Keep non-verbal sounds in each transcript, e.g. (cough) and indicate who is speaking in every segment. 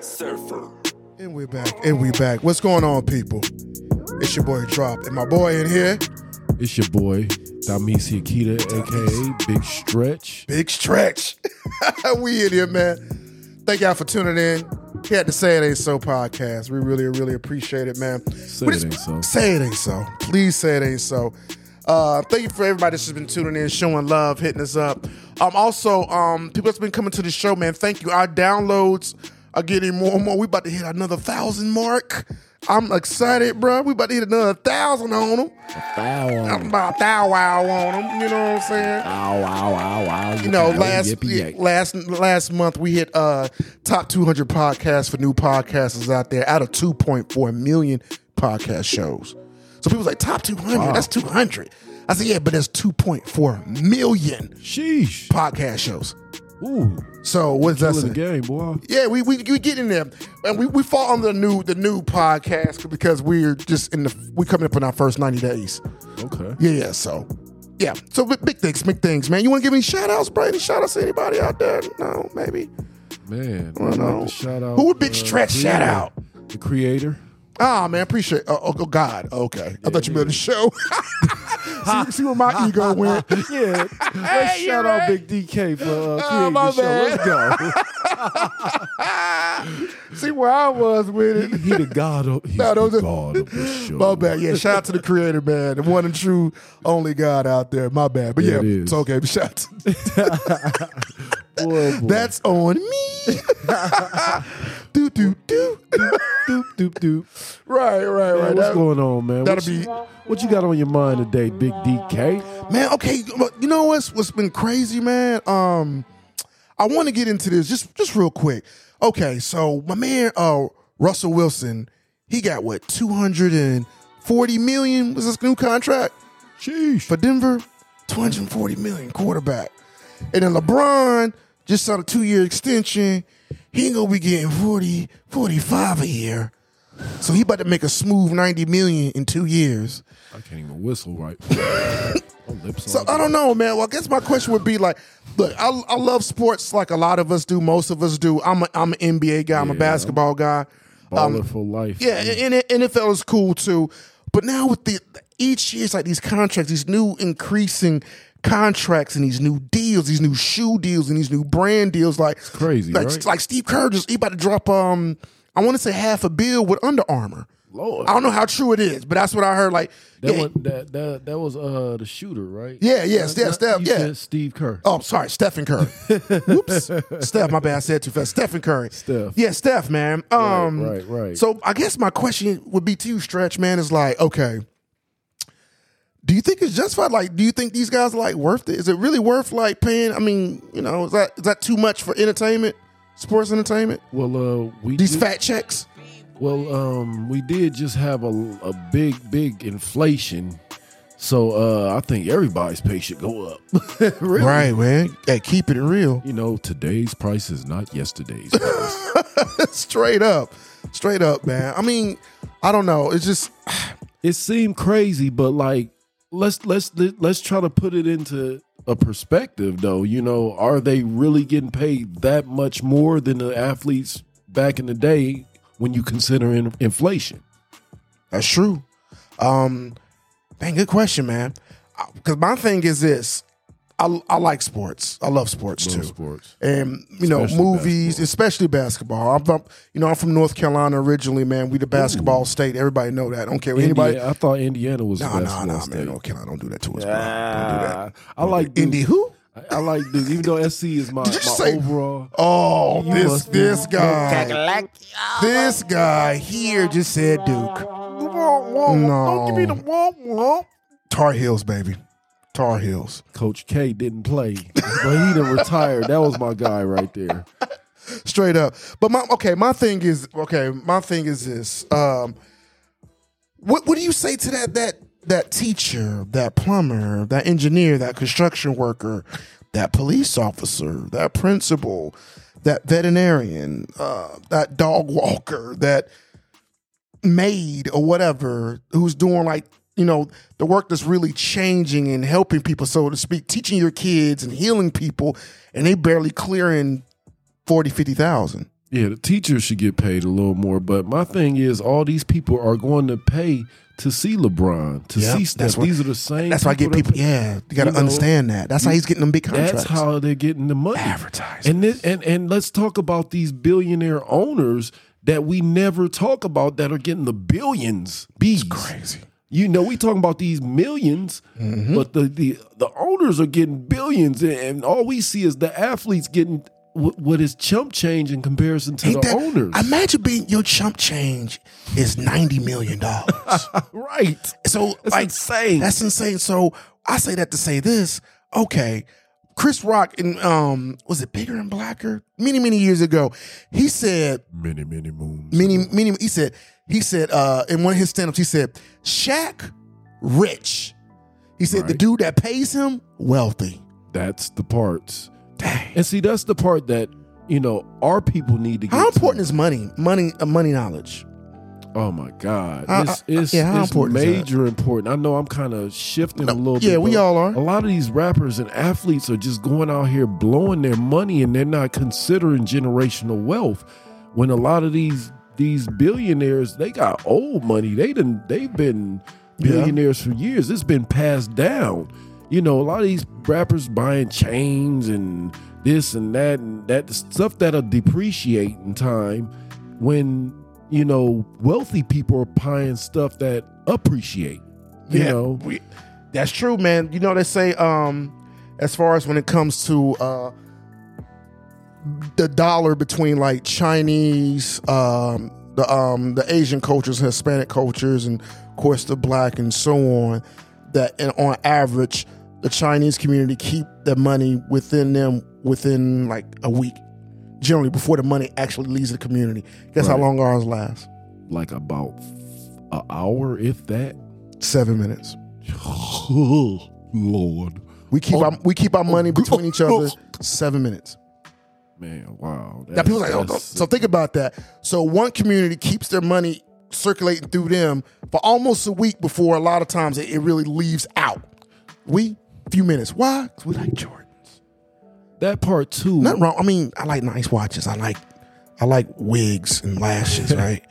Speaker 1: Surfer.
Speaker 2: And we're back. And we back. What's going on, people? It's your boy Drop. And my boy in here,
Speaker 3: It's your boy, Damis Akita, aka Big Stretch.
Speaker 2: Big Stretch. (laughs) we in here, man. Thank y'all for tuning in. He had to say it ain't so podcast. We really, really appreciate it, man.
Speaker 3: Say
Speaker 2: We
Speaker 3: it
Speaker 2: just-
Speaker 3: ain't so.
Speaker 2: Say it ain't so. Please say it ain't so. Uh, thank you for everybody that's just been tuning in, showing love, hitting us up. Um, also, um, people that's been coming to the show, man, thank you. Our downloads are getting more and more. We about to hit another thousand mark. I'm excited, bro. We about to hit another thousand on them.
Speaker 3: Ow,
Speaker 2: I'm about thou wow on them. You know what I'm saying?
Speaker 3: ow, ow, ow, ow.
Speaker 2: You know,
Speaker 3: Yippee-yo,
Speaker 2: last
Speaker 3: yippee-yay.
Speaker 2: last last month we hit uh top 200 podcasts for new podcasters out there out of 2.4 million podcast shows. So people was like top 200, that's 200. I said, yeah, but that's 2.4 million
Speaker 3: Sheesh.
Speaker 2: podcast shows.
Speaker 3: Ooh,
Speaker 2: So what does
Speaker 3: killing the
Speaker 2: that say?
Speaker 3: game, boy.
Speaker 2: Yeah, we, we we get in there, and we, we fall under the new the new podcast because we're just in the we coming up on our first 90 days.
Speaker 3: Okay.
Speaker 2: Yeah, yeah, so. Yeah, so bi- big things, big things, man. You want to give any shout outs, bro? Any shout outs to anybody out there? No, maybe.
Speaker 3: Man,
Speaker 2: Well,
Speaker 3: I'd like
Speaker 2: no.
Speaker 3: to shout out. uh,
Speaker 2: Who would Big Stretch shout
Speaker 3: yeah,
Speaker 2: out?
Speaker 3: The creator.
Speaker 2: Ah, man, appreciate Oh, oh, oh, God. Okay. I thought you meant the show. (laughs) see, see where my ego went?
Speaker 3: (laughs) Yeah. Let's
Speaker 2: Hey,
Speaker 3: shout
Speaker 2: you're
Speaker 3: out
Speaker 2: right.
Speaker 3: Big DK for uh,
Speaker 2: Oh,
Speaker 3: creating
Speaker 2: my
Speaker 3: the show. Let's go.
Speaker 2: See where I was with it?
Speaker 3: he the god of, he's
Speaker 2: No, those
Speaker 3: the
Speaker 2: are-
Speaker 3: god of the show.
Speaker 2: My bad. Yeah, shout out to the creator, man. The one and true, only God out there. My bad. But yeah,
Speaker 3: There it is.
Speaker 2: it's okay. But shout out to
Speaker 3: Boy, boy.
Speaker 2: That's on me. (laughs) do, do, do.
Speaker 3: doop, doop, doop.
Speaker 2: Right, right, right.
Speaker 3: Man, what's
Speaker 2: That-
Speaker 3: going on, man?
Speaker 2: that'll
Speaker 3: What you-
Speaker 2: be-
Speaker 3: what you got on your mind today, Big DK?
Speaker 2: Man, okay, but you know what's what's been crazy, man? Um I want to get into this just just real quick. Okay, so my man uh Russell Wilson, he got what 240 million was his new contract
Speaker 3: Sheesh.
Speaker 2: for Denver, 240 million quarterback. And then LeBron just signed a 2-year extension. He ain't going to be getting 40 45 a year. So he about to make a smooth 90 million in 2 years.
Speaker 3: I can't even whistle
Speaker 2: (laughs)
Speaker 3: right. My lips
Speaker 2: So
Speaker 3: all
Speaker 2: I don't know, man. Well, I guess my question would be like, look, I, I love sports like a lot of us do, most of us do. I'm a, I'm an NBA guy, I'm a
Speaker 3: Yeah.
Speaker 2: basketball guy.
Speaker 3: baller for life.
Speaker 2: um, Yeah, and, and NFL is cool too. But now with the each year, it's like these contracts, these new increasing contracts, and these new deals, these new shoe deals, and these new brand deals. Like
Speaker 3: crazy,
Speaker 2: like,
Speaker 3: right?
Speaker 2: like Steve Kerr just he about to drop um, I want to say half a bill with Under Armour.
Speaker 3: Lord.
Speaker 2: I don't know how true it is, but that's what I heard. Like
Speaker 3: That
Speaker 2: yeah,
Speaker 3: one, that, that that was uh the shooter, right?
Speaker 2: Yeah, yeah, Steph-
Speaker 3: not-
Speaker 2: Steph,
Speaker 3: you
Speaker 2: yeah.
Speaker 3: said Steve Kerr.
Speaker 2: Oh, sorry,
Speaker 3: (laughs)
Speaker 2: Stephen Curry. Whoops, Steph. My bad. I said it too fast. Stephen Curry.
Speaker 3: Steph.
Speaker 2: Yeah, Steph, man. Um,
Speaker 3: right, right.
Speaker 2: So I guess my question would be to you, Stretch, man. Is like, okay, do you think it's justified? Like, do you think these guys are like worth it? Is it really worth like paying? I mean, you know, is that is that too much for entertainment, sports entertainment?
Speaker 3: Well, uh, we
Speaker 2: These
Speaker 3: did,
Speaker 2: fat checks.
Speaker 3: well, um, we did just have a a big big inflation, so uh, I think everybody's pay should go up. (laughs) really?
Speaker 2: Right, man. Hey, keep it real. (laughs)
Speaker 3: You know, today's price is not yesterday's. price.
Speaker 2: straight up, straight up, man. I mean, I don't know. It's just
Speaker 3: it seemed crazy, but like let's let's let's try to put it into a perspective though. You know, are they really getting paid that much more than the athletes back in the day when you consider in- inflation?
Speaker 2: That's true. Um, man, good question, man. Because my thing is this: I, I like sports. I love sports too,
Speaker 3: sports.
Speaker 2: and you know,
Speaker 3: Especially
Speaker 2: movies,
Speaker 3: basketball.
Speaker 2: especially basketball. I'm from, you know, I'm from North Carolina originally, man. We the basketball state. Everybody know that. I don't care what anybody.
Speaker 3: Indiana, I thought Indiana was
Speaker 2: Nah,
Speaker 3: the
Speaker 2: nah,
Speaker 3: best
Speaker 2: nah,
Speaker 3: state.
Speaker 2: man. North Carolina, don't do that to us, bro. Don't do
Speaker 3: Ah,
Speaker 2: that.
Speaker 3: I like Duke.
Speaker 2: Indy who?
Speaker 3: I- I like Duke, even though SC is my,
Speaker 2: you just
Speaker 3: my
Speaker 2: say-
Speaker 3: overall.
Speaker 2: Oh, this
Speaker 3: must be-
Speaker 2: this guy, this guy here just said Duke. No.
Speaker 3: Don't give me the womp womp.
Speaker 2: Tar Heels, baby. Tar Heels.
Speaker 3: Coach K didn't play, but he done retired. That was my guy right there.
Speaker 2: straight up. But my okay, my thing is okay. My thing is this. Um, what what do you say to that that that teacher, that plumber, that engineer, that construction worker, that police officer, that principal, that veterinarian, uh, that dog walker, that maid or whatever who's doing like you know the work that's really changing and helping people so to speak teaching your kids and healing people and they barely clearing 40 50,000
Speaker 3: Yeah, the teachers should get paid a little more. But my thing is, all these people are going to pay to see LeBron, to
Speaker 2: Yep,
Speaker 3: see
Speaker 2: that's
Speaker 3: Steph.
Speaker 2: what-
Speaker 3: These are the same.
Speaker 2: That's why I get
Speaker 3: that-
Speaker 2: people. Yeah, you got to
Speaker 3: you know,
Speaker 2: understand that. That's how he's getting them big contracts.
Speaker 3: That's how they're getting the money.
Speaker 2: advertising.
Speaker 3: And this, and and let's talk about these billionaire owners that we never talk about that are getting the billions. Bees
Speaker 2: crazy.
Speaker 3: You know, we talking about these 1000000s
Speaker 2: Mm-hmm.
Speaker 3: but the, the the owners are getting billions, and, and all we see is the athletes getting what, what is chump change in comparison to the
Speaker 2: Ain't that-
Speaker 3: owners.
Speaker 2: Imagine being your chump change is ninety
Speaker 3: (laughs)
Speaker 2: million dollars.
Speaker 3: (laughs) right?
Speaker 2: so
Speaker 3: That's
Speaker 2: like
Speaker 3: insane.
Speaker 2: that's insane. So I say that to say this. Okay, Chris Rock and um was it bigger and blacker many many years ago. He said
Speaker 3: many many moons.
Speaker 2: many many. He said he said uh in one of his stand-ups, he said Shaq rich. He said the
Speaker 3: Right.
Speaker 2: dude that pays him wealthy.
Speaker 3: That's the parts,
Speaker 2: Dang.
Speaker 3: and see that's the part that you know our people need to. get
Speaker 2: How
Speaker 3: to.
Speaker 2: important is money? Money, uh, money knowledge.
Speaker 3: Oh my God!
Speaker 2: Uh,
Speaker 3: it's
Speaker 2: uh,
Speaker 3: it's,
Speaker 2: yeah, how
Speaker 3: it's
Speaker 2: important is that?
Speaker 3: major important. I know I'm kind of shifting a little bit.
Speaker 2: Yeah, we
Speaker 3: but
Speaker 2: all are.
Speaker 3: A lot of these rappers and athletes are just going out here blowing their money, and they're not considering generational wealth. When a lot of these these billionaires, they got old money. They didn't. They've been
Speaker 2: Yeah.
Speaker 3: billionaires for years. It's been passed down. You know, a lot of these rappers buying chains and this and that and that stuff that'll depreciate in time when you know wealthy people are buying stuff that appreciate you
Speaker 2: Yeah,
Speaker 3: know
Speaker 2: we- that's true, man. You know they say um, as far as when it comes to uh, the dollar between like Chinese, um, the um, the Asian cultures, Hispanic cultures, and of course the black and so on. That and on average, the Chinese community keep the money within them within like a week, generally before the money actually leaves the community. Guess how
Speaker 3: Right.
Speaker 2: long ours lasts?
Speaker 3: like about an hour if
Speaker 2: (laughs)
Speaker 3: that
Speaker 2: Seven minutes.
Speaker 3: oh lord
Speaker 2: We keep
Speaker 3: Oh.
Speaker 2: our we keep our money between
Speaker 3: (laughs)
Speaker 2: each other seven minutes.
Speaker 3: man wow
Speaker 2: Now people like, oh,
Speaker 3: that's-
Speaker 2: so think about that. So one community keeps their money circulating through them for almost a week before a lot of times it, it really leaves out. We few minutes. Why? 'Cause we like Jordans.
Speaker 3: that part too
Speaker 2: Nothing wrong. I mean, I like nice watches. I like I like wigs
Speaker 3: (laughs)
Speaker 2: and lashes, right?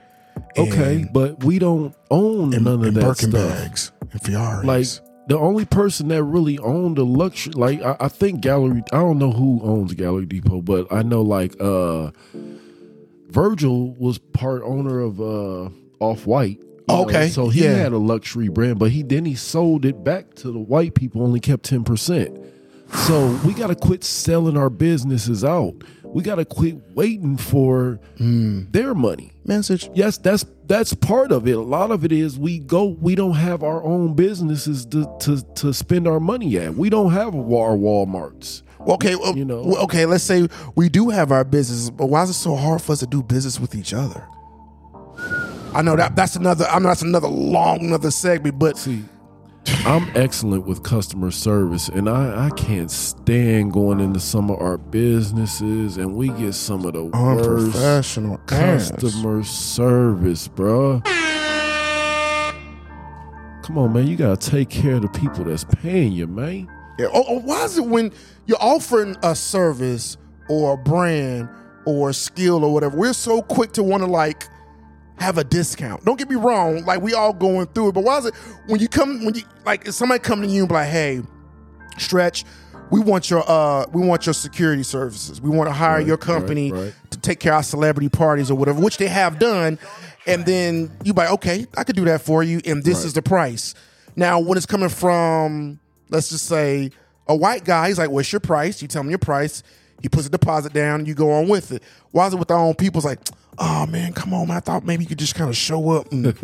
Speaker 3: okay
Speaker 2: And,
Speaker 3: but we don't own
Speaker 2: and,
Speaker 3: none of
Speaker 2: and
Speaker 3: that
Speaker 2: Birkin
Speaker 3: stuff
Speaker 2: bags and Fiaris.
Speaker 3: like the only person that really owned the luxury like I, I think gallery i don't know who owns gallery depot but i know like uh virgil was part owner of uh off-white you know,
Speaker 2: Okay,
Speaker 3: so he
Speaker 2: yeah.
Speaker 3: had a luxury brand but he then he sold it back to the white people only kept 10% so we got to quit selling our businesses out we got to quit waiting for
Speaker 2: Hmm.
Speaker 3: their money
Speaker 2: message.
Speaker 3: yes that's that's part of it a lot of it is we go we don't have our own businesses to to, to spend our money at we don't have our walmarts
Speaker 2: Okay, well,
Speaker 3: You know.
Speaker 2: well, okay. Let's say we do have our business, but why is it so hard for us to do business with each other? I know that that's another. I know that's another long, another segment. But
Speaker 3: see i'm excellent with customer service and i i can't stand going into some of our businesses and we get some of the worst
Speaker 2: unprofessional customer.
Speaker 3: customer service bruh come on man you gotta take care of the people that's paying you man
Speaker 2: Yeah. Oh, oh, why is it when you're offering a service or a brand or a skill or whatever, we're so quick to want to like have a discount? Don't get me wrong. Like we all going through it, but why is it when you come when you like if somebody come to you and be like, hey, stretch. We want your uh, we want your security services. We want to hire
Speaker 3: Right,
Speaker 2: your
Speaker 3: right,
Speaker 2: company
Speaker 3: right.
Speaker 2: to take care of our celebrity parties or whatever, which they have done. And then you buy, okay, I could do that for you, and this
Speaker 3: Right.
Speaker 2: is the price. Now, when it's coming from, let's just say, a white guy, he's like, "What's your price?" You tell him your price. He puts a deposit down. You go on with it. Why is it with our own people? It's like, oh man, come on, man. I thought maybe you could just kind of show
Speaker 3: (laughs)
Speaker 2: up and,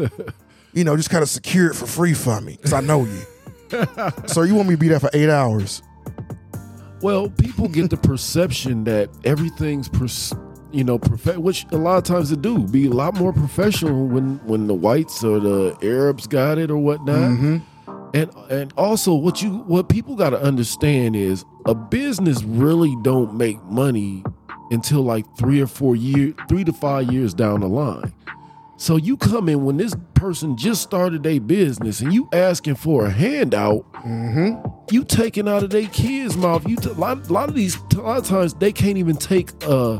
Speaker 2: you know, just kind of secure it for free for me because I know you.
Speaker 3: (laughs)
Speaker 2: so you want me to be there for eight hours?
Speaker 3: Well, people get the perception that everything's, pers- you know, perfect, which a lot of times it do be a lot more professional when when the whites or the Arabs got it or whatnot. And and also what you what people got to understand is a business really don't make money until like three or four years, three to five years down the line. So you come in when this person just started their business and you asking for a handout
Speaker 2: Mm-hmm.
Speaker 3: you taking out of their kids' mouth. You t- a lot, lot of these a lot of times they can't even take a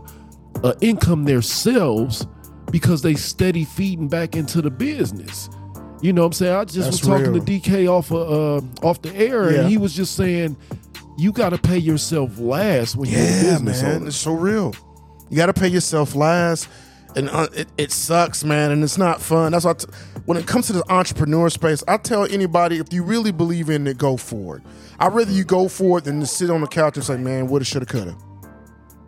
Speaker 3: uh, income themselves because they steady feeding back into the business. You know what I'm saying? I just was
Speaker 2: That's
Speaker 3: talking
Speaker 2: real.
Speaker 3: to DK off of, uh, off the air,
Speaker 2: Yeah.
Speaker 3: and he was just saying, you got to pay yourself last when you're a
Speaker 2: Yeah,
Speaker 3: business
Speaker 2: man,
Speaker 3: owner.
Speaker 2: it's so real. You got to pay yourself last, and uh, it, it sucks, man, and it's not fun. That's why t- when it comes to the entrepreneur space, I tell anybody if you really believe in it, go for it. I'd rather you go for it than to sit on the couch and say, "Man, woulda, shoulda, coulda."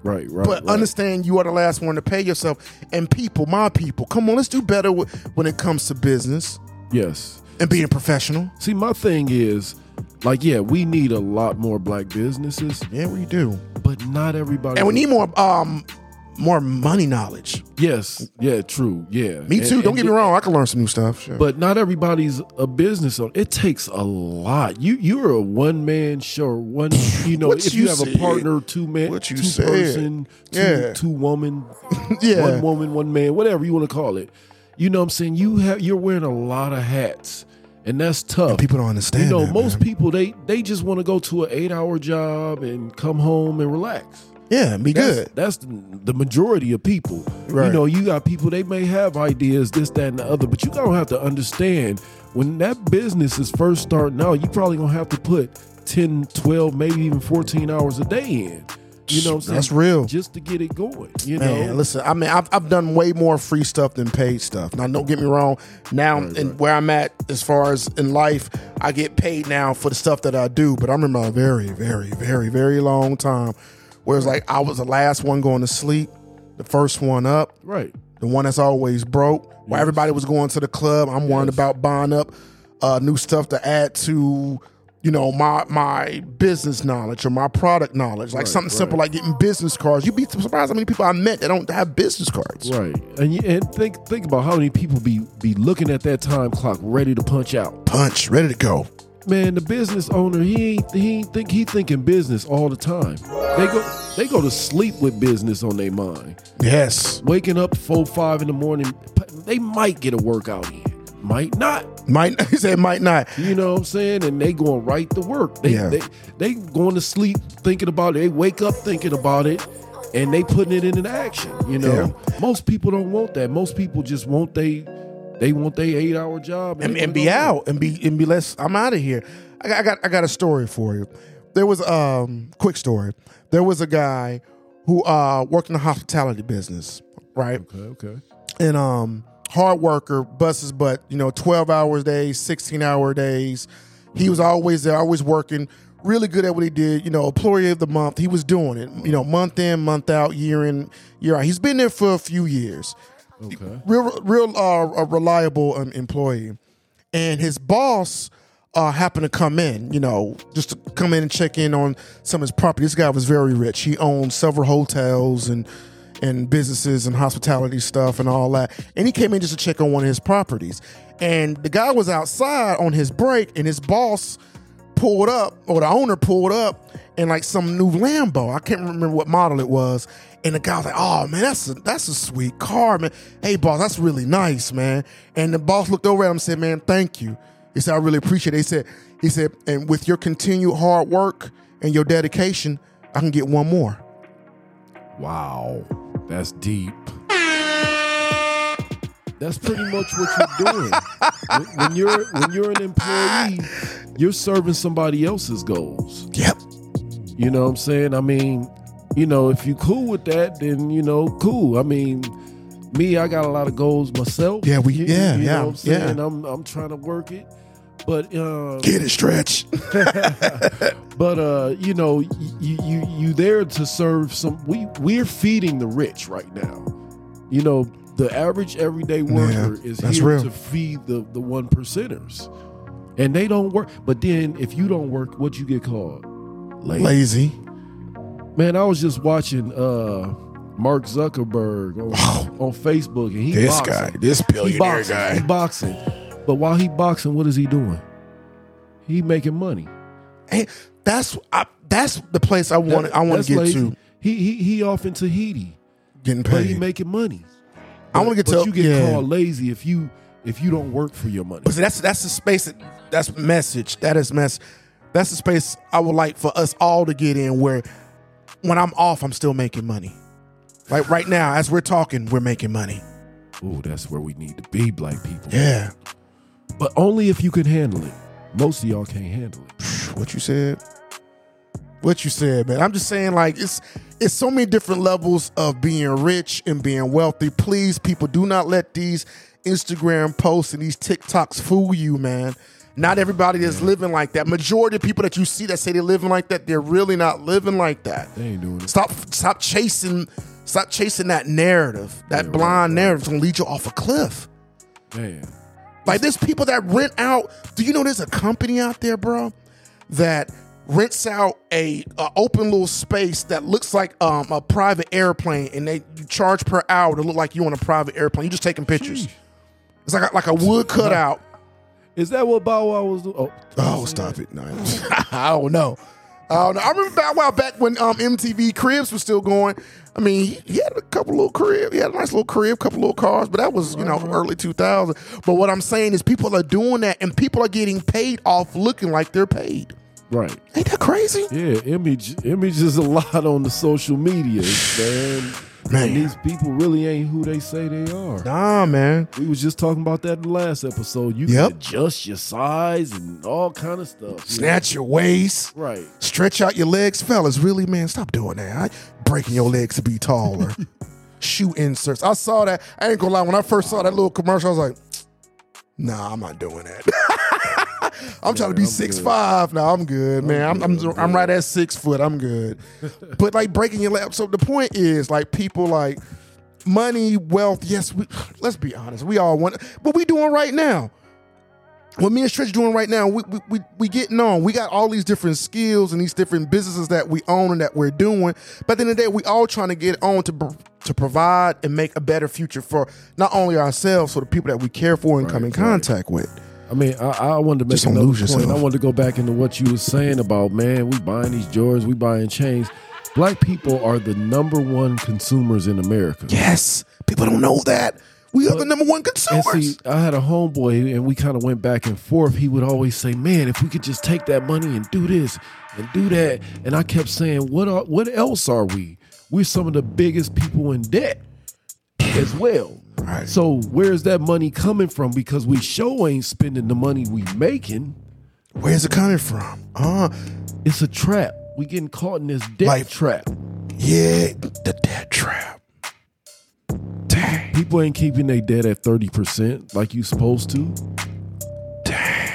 Speaker 3: Right, right.
Speaker 2: But
Speaker 3: right.
Speaker 2: understand you are the last one to pay yourself, and people, my people, come on, let's do better w- when it comes to business
Speaker 3: yes.
Speaker 2: and being professional.
Speaker 3: See, my thing is, like, yeah, we need a lot more black businesses,
Speaker 2: Yeah, we do,
Speaker 3: but not everybody.
Speaker 2: and we need more, um, more money knowledge.
Speaker 3: Yes. Yeah. True. Yeah.
Speaker 2: Me
Speaker 3: And-
Speaker 2: too. Don't
Speaker 3: and
Speaker 2: get me wrong, I can learn some new stuff. Sure.
Speaker 3: But not everybody's a business owner. It takes a lot. You you're a one man show. or One,
Speaker 2: (laughs)
Speaker 3: you know,
Speaker 2: What
Speaker 3: if
Speaker 2: you
Speaker 3: you, have
Speaker 2: said.
Speaker 3: a partner, two man,
Speaker 2: What you
Speaker 3: two
Speaker 2: said.
Speaker 3: person, two,
Speaker 2: Yeah.
Speaker 3: two woman,
Speaker 2: Yeah.
Speaker 3: one woman, one man, whatever you want to call it. You know, what I'm saying you have you're wearing a lot of hats, and that's tough.
Speaker 2: People don't understand.
Speaker 3: you know,
Speaker 2: that,
Speaker 3: most
Speaker 2: man.
Speaker 3: people they they just want to go to an eight hour job and come home and relax.
Speaker 2: Yeah, be good.
Speaker 3: That's, that's the majority of people.
Speaker 2: Right.
Speaker 3: You know, you got people they may have ideas, this, that, and the other, but you gonna have to understand when that business is first starting out, you probably gonna have to put 10, 12, maybe even 14 hours a day in. You know what I'm saying?
Speaker 2: That's real.
Speaker 3: Just to get it going. You
Speaker 2: Man,
Speaker 3: know.
Speaker 2: listen. I mean, I've, I've done way more free stuff than paid stuff. Now, don't get me wrong. Now, and where I'm at as far as in life, I get paid now for the stuff that I do. But I remember a very, very, very, very long time where it's like I was the last one going to sleep, the first one up,
Speaker 3: Right.
Speaker 2: the one that's always broke, where everybody was going to the club. I'm worrying about buying up uh, new stuff to add to, you know, my my business knowledge or my product knowledge. Like something simple like getting business cards. You'd be surprised how many people I met that don't have business cards.
Speaker 3: Right. And you, and think think about how many people be be looking at that time clock ready to punch out.
Speaker 2: Punch, ready to go.
Speaker 3: man, the business owner, he ain't he ain't think he thinking business all the time. They go they go to sleep with business on their mind.
Speaker 2: Yes,
Speaker 3: Waking up four five in the morning, they might get a workout in, might not.
Speaker 2: might he said might not. (laughs)
Speaker 3: You know what I'm saying? And they going right to work. They
Speaker 2: Yeah.
Speaker 3: they they going to sleep thinking about it. They wake up thinking about it. And they putting it into action, you know. Most people don't want that. Most people just want they, they want they eight hour job
Speaker 2: and,
Speaker 3: they
Speaker 2: and
Speaker 3: wanna
Speaker 2: be
Speaker 3: go home.
Speaker 2: out and be and be less. I'm out of here. I got, I got I got a story for you. There was um quick story. There was a guy who uh worked in the hospitality business, right?
Speaker 3: Okay, okay.
Speaker 2: and um hard worker buses but you know 12 hours days 16 hour days he was always there always working really good at what he did you know employee of the month he was doing it you know month in month out year in year out he's been there for a few years
Speaker 3: Okay.
Speaker 2: real real uh, a reliable um, employee and his boss uh, happened to come in you know just to come in and check in on some of his property this guy was very rich he owned several hotels and and businesses and hospitality stuff and all that and he came in just to check on one of his properties and the guy was outside on his break and his boss pulled up, or the owner pulled up in like some new Lambo. I can't remember what model it was. And the guy was like, "Oh man, that's a that's a sweet car, man. Hey boss, that's really nice, man." And the boss looked over at him and said, "Man, thank you." He said, "I really appreciate it." He said, "He said, and with your continued hard work and your dedication, I can get one more."
Speaker 3: Wow, that's deep. That's pretty much what you're
Speaker 2: (laughs)
Speaker 3: doing. when, when you're when you're an employee, you're serving somebody else's goals.
Speaker 2: Yep.
Speaker 3: You know what I'm saying? I mean, you know, if you cool with that, then you know, cool. I mean, me, I got a lot of goals myself.
Speaker 2: Yeah, we-
Speaker 3: You-
Speaker 2: yeah,
Speaker 3: you
Speaker 2: yeah,
Speaker 3: Know what I'm saying
Speaker 2: yeah.
Speaker 3: I'm I'm trying to work it, but um,
Speaker 2: Get it, stretch.
Speaker 3: but uh, you know, you you you there to serve some. We we're feeding the rich right now. You know, the average everyday worker is
Speaker 2: that's
Speaker 3: here
Speaker 2: real.
Speaker 3: to feed the the one percenters, and they don't work. But then, if you don't work, what you get called? Lazy.
Speaker 2: Lazy.
Speaker 3: Man, I was just watching uh Mark Zuckerberg on, on Facebook, and he boxing.
Speaker 2: this
Speaker 3: He boxing. He boxing. But while he boxing, what is he doing? He making money.
Speaker 2: Hey, that's I, that's the place I want.
Speaker 3: That-
Speaker 2: I want
Speaker 3: that's
Speaker 2: to get
Speaker 3: lazy.
Speaker 2: to
Speaker 3: He he he off in Tahiti,
Speaker 2: getting
Speaker 3: but he
Speaker 2: paid.
Speaker 3: making money.
Speaker 2: I want to get
Speaker 3: But
Speaker 2: to
Speaker 3: you get
Speaker 2: yeah.
Speaker 3: called lazy if you if you don't work for your money.
Speaker 2: But see, that's that's the space. That, that's message. That is mess. That's the space I would like for us all to get in. Where when I'm off, I'm still making money. Like right now, as we're talking, we're making money.
Speaker 3: Ooh, that's where we need to be, black people.
Speaker 2: Yeah.
Speaker 3: But only if you can handle it. Most of y'all can't handle it.
Speaker 2: What you said? What you said, man. I'm just saying, like, it's it's so many different levels of being rich and being wealthy. Please, people, do not let these Instagram posts and these TikToks fool you, man. Not everybody is living like that. Majority of people that you see that say they're living like that, they're really not living like that.
Speaker 3: They ain't doing it.
Speaker 2: Stop stop chasing stop chasing that narrative. That blind narrative's gonna lead you off a cliff.
Speaker 3: Man.
Speaker 2: Like there's people that rent out. Do you know there's a company out there, bro, that rents out a, a open little space that looks like um, a private airplane, and they you charge per hour to look like you on a private airplane. You're just taking pictures.
Speaker 3: Sheesh.
Speaker 2: It's like a, like a wood cutout.
Speaker 3: Is that what Bow Wow was doing? Oh,
Speaker 2: Oh, stop it! No, (laughs) I don't know. I don't know. I remember Bow Wow back when um, MTV Cribs was still going. I mean, he- he had a couple little crib. He had a nice little crib, couple little cars, but that was you know early 2000. But what I'm saying is, people are doing that, and people are getting paid off looking like they're paid.
Speaker 3: right.
Speaker 2: Ain't that crazy?
Speaker 3: Yeah, image image is a lot on the social media, man.
Speaker 2: Man.
Speaker 3: And these people really ain't who they say they are.
Speaker 2: Nah, man.
Speaker 3: We was just talking about that in the last episode. You
Speaker 2: Yep.
Speaker 3: can adjust your size and all kind of stuff. you know?
Speaker 2: Snatch your waist,
Speaker 3: Right.
Speaker 2: stretch out your legs, fellas. Really, man, stop doing that. I, breaking your legs to be taller. Shoe inserts. I saw that. I ain't gonna lie. When I first saw that little commercial, I was like, "Nah, I'm not doing that." I'm trying to be
Speaker 3: I'm
Speaker 2: six
Speaker 3: good.
Speaker 2: five. No, I'm good, man. I'm I'm,
Speaker 3: good,
Speaker 2: I'm, right at six foot. I'm good. but like breaking your lap. So the point is, like people like money, wealth. Yes, we, let's be honest. We all want. What we doing right now? What me and Stretch doing right now? We, we we we getting on. We got all these different skills and these different businesses that we own and that we're doing. But at the end of the day, we all trying to get on to pr- to provide and make a better future for not only ourselves, for the people that we care for and come in
Speaker 3: right.
Speaker 2: contact with.
Speaker 3: I mean, I, I wanted to make
Speaker 2: Just don't
Speaker 3: another
Speaker 2: lose
Speaker 3: point.
Speaker 2: yourself.
Speaker 3: I wanted to go back into what you were saying about man, we buying these Jordans, we buying chains. Black people are the number one consumers in America.
Speaker 2: Yes, people don't know that we are the number one
Speaker 3: And
Speaker 2: consumers.
Speaker 3: see, I had a homeboy, and we kind of went back and forth. He would always say, "Man, if we could just take that money and do this and do that," and I kept saying, "What? Are, what else are we? We're some of the biggest people in debt as well.
Speaker 2: Right.
Speaker 3: So where's that money coming from? Because we show ain't spending the money we making.
Speaker 2: Where's it coming from? Uh
Speaker 3: It's a trap. We getting caught in this debt
Speaker 2: Like-
Speaker 3: trap.
Speaker 2: yeah, the debt trap. Dang,
Speaker 3: People ain't keeping their debt at thirty percent like you supposed to.
Speaker 2: dang.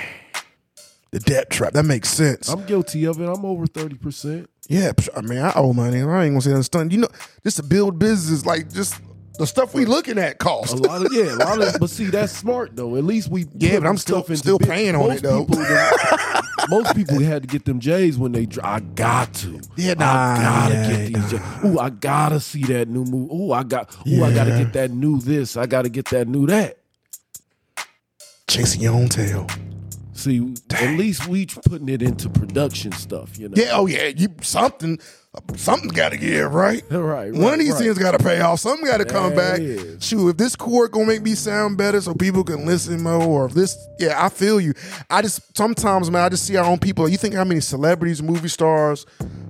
Speaker 2: The debt trap. That makes sense.
Speaker 3: I'm guilty of it. I'm over thirty percent.
Speaker 2: Yeah, psh, I mean, I owe money. I ain't gonna say that's stunned. You know, just to build business, like just the stuff we looking at
Speaker 3: A
Speaker 2: cost.
Speaker 3: lot of yeah, a lot of but see that's smart though. At least we
Speaker 2: Yeah, but I'm
Speaker 3: putting stuff
Speaker 2: still-
Speaker 3: into
Speaker 2: still
Speaker 3: bit-
Speaker 2: paying on
Speaker 3: most
Speaker 2: it, though.
Speaker 3: people that- most people had to get them J's when they. dr- I got to.
Speaker 2: (laughs) Yeah,
Speaker 3: I
Speaker 2: nah,
Speaker 3: gotta
Speaker 2: yeah,
Speaker 3: get these. J's. Ooh, I gotta see that new move. Ooh, I got. Ooh, I gotta
Speaker 2: Yeah.
Speaker 3: get that new this. I gotta get that new that.
Speaker 2: Chasing your own tail.
Speaker 3: See, at least we putting it into production stuff. You know.
Speaker 2: Yeah, oh yeah, you something, something got to give, right?
Speaker 3: Right,
Speaker 2: One
Speaker 3: right,
Speaker 2: of these
Speaker 3: right.
Speaker 2: things got to pay off. Something got to come back.
Speaker 3: is.
Speaker 2: Shoot, if this chord gonna make me sound better, so people can listen more, or if this, yeah, I feel you. I just sometimes, man, I just see our own people. You think how many celebrities, movie stars,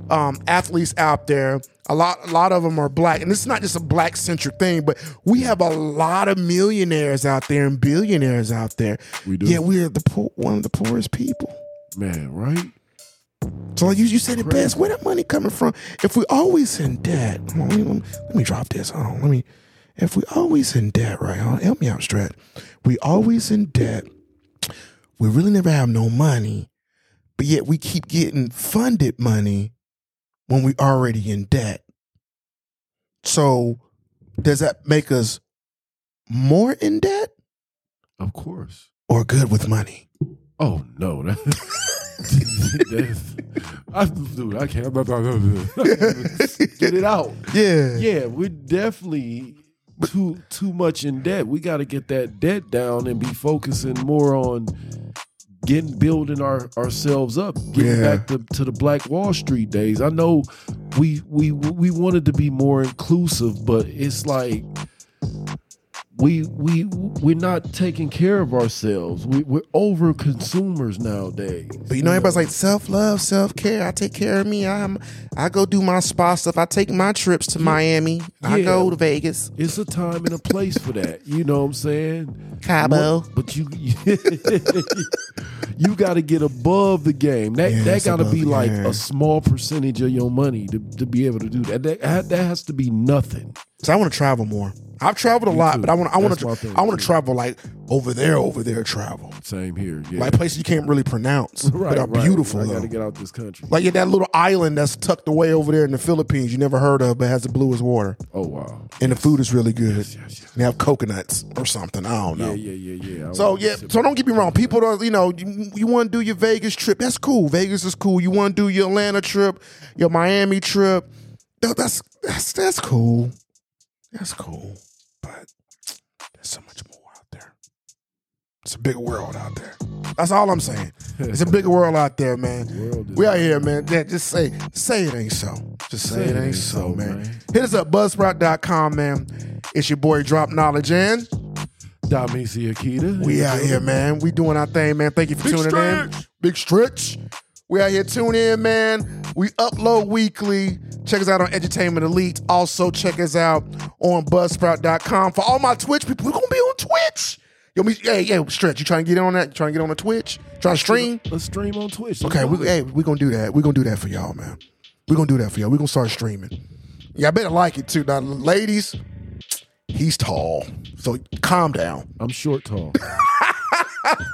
Speaker 2: um, athletes out there? A lot, a lot of them are black, and it's not just a black centric thing, but we have a lot of millionaires out there and billionaires out there.
Speaker 3: We do.
Speaker 2: Yeah, we're the poor, one of the poorest people.
Speaker 3: Man, right?
Speaker 2: So like you, you said it best. Where that money coming from? If we always in debt, hold on, let, me, let me- let me drop this. Hold on, let me. If we always in debt, right? Hold on, help me out, Strat. We always in debt. We really never have no money, but yet we keep getting funded money when we already in debt. So does that make us more in debt
Speaker 3: Of course.
Speaker 2: or good with money?
Speaker 3: Oh no. (laughs)
Speaker 2: (laughs)
Speaker 3: That, that, I, dude, I can't. Get it (laughs) out.
Speaker 2: Yeah.
Speaker 3: Yeah, we're definitely too too much in debt. We got to get that debt down and be focusing more on getting building our ourselves up, getting
Speaker 2: Yeah.
Speaker 3: back to, to the Black Wall Street days. I know we we we wanted to be more inclusive, but it's like we we we're not taking care of ourselves. We, we're over consumers nowadays.
Speaker 2: But you know, everybody's like self love, self care. I take care of me. I'm I go do my spa stuff. I take my trips to Miami. I
Speaker 3: Yeah.
Speaker 2: go to Vegas,
Speaker 3: It's a time and a place for that. You know what I'm saying?
Speaker 2: Cabo.
Speaker 3: But- But you (laughs) you got to get above the game. That
Speaker 2: Yeah,
Speaker 3: that
Speaker 2: it's
Speaker 3: got to
Speaker 2: above
Speaker 3: be
Speaker 2: the
Speaker 3: like
Speaker 2: game.
Speaker 3: a small percentage of your money to, to be able to do that. That that that has to be nothing.
Speaker 2: So I want to travel more. I've traveled a lot,
Speaker 3: too.
Speaker 2: but I want I want
Speaker 3: That's my
Speaker 2: to
Speaker 3: thing,
Speaker 2: I want
Speaker 3: too.
Speaker 2: to travel like over there, over there travel.
Speaker 3: Same here. Yeah.
Speaker 2: Like places you can't really pronounce, but are beautiful
Speaker 3: I
Speaker 2: though.
Speaker 3: got to get out this country.
Speaker 2: Like yeah, that little island that's tucked away over there in the Philippines you never heard of, but has the bluest water.
Speaker 3: oh wow.
Speaker 2: And the food is really good.
Speaker 3: yes, yes.
Speaker 2: And they have coconuts or something. I don't know.
Speaker 3: Yeah, yeah, yeah, yeah. I
Speaker 2: So
Speaker 3: wanna
Speaker 2: yeah,
Speaker 3: sip
Speaker 2: so don't get me wrong. People don't, you know, you, you want to do your Vegas trip. That's cool. Vegas is cool. You want to do your Atlanta trip, your Miami trip. Tha- That's that's that's cool. That's cool. But there's so much more out there. It's a bigger world out there. That's all I'm saying. It's a bigger world out there, (laughs) man.
Speaker 3: World is-
Speaker 2: We out here, man. Yeah, just say say it ain't so. Just say, it ain't, so, man. Hit us up, buzzsprout.com, man. It's your boy Drop Knowledge and.
Speaker 3: Domisi Akita.
Speaker 2: We out here, man. We doing our thing, man. Thank you for
Speaker 3: Big
Speaker 2: tuning in.
Speaker 3: stretch.
Speaker 2: Big stretch. We out here. Tune in, man. We upload weekly. Check us out on Entertainment Elite. Also, check us out on Buzzsprout.com. For all my Twitch people, we're going to be on Twitch. Yo, me, hey, yeah, Stretch, you trying to get in on that? You trying to get on the Twitch? Trying to stream?
Speaker 3: Let's stream on Twitch. Let's
Speaker 2: Okay,
Speaker 3: do
Speaker 2: we,
Speaker 3: it.
Speaker 2: hey, we're going to do that. We're going to do that for y'all, man. We're going to do that for y'all. We're going to start streaming. Yeah, I better like it, too. Now, ladies, he's tall. So calm down.
Speaker 3: I'm short
Speaker 2: (laughs)
Speaker 3: tall.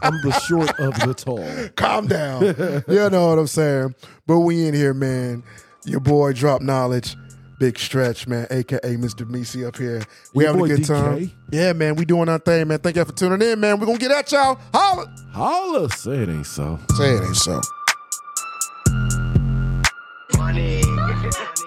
Speaker 3: I'm the short of the tall.
Speaker 2: calm down. you know what I'm saying? But we in here, man. Your boy Drop Knowledge, Big Stretch, man, aka Mr. Meese up here. We
Speaker 3: Your
Speaker 2: having a
Speaker 3: boy
Speaker 2: good
Speaker 3: DK.
Speaker 2: time. Yeah, man, we doing our thing, man. Thank y'all for tuning in, man. We're gonna get at y'all. Holla.
Speaker 3: Holla, say it ain't so.
Speaker 2: Say it ain't so.
Speaker 1: Money.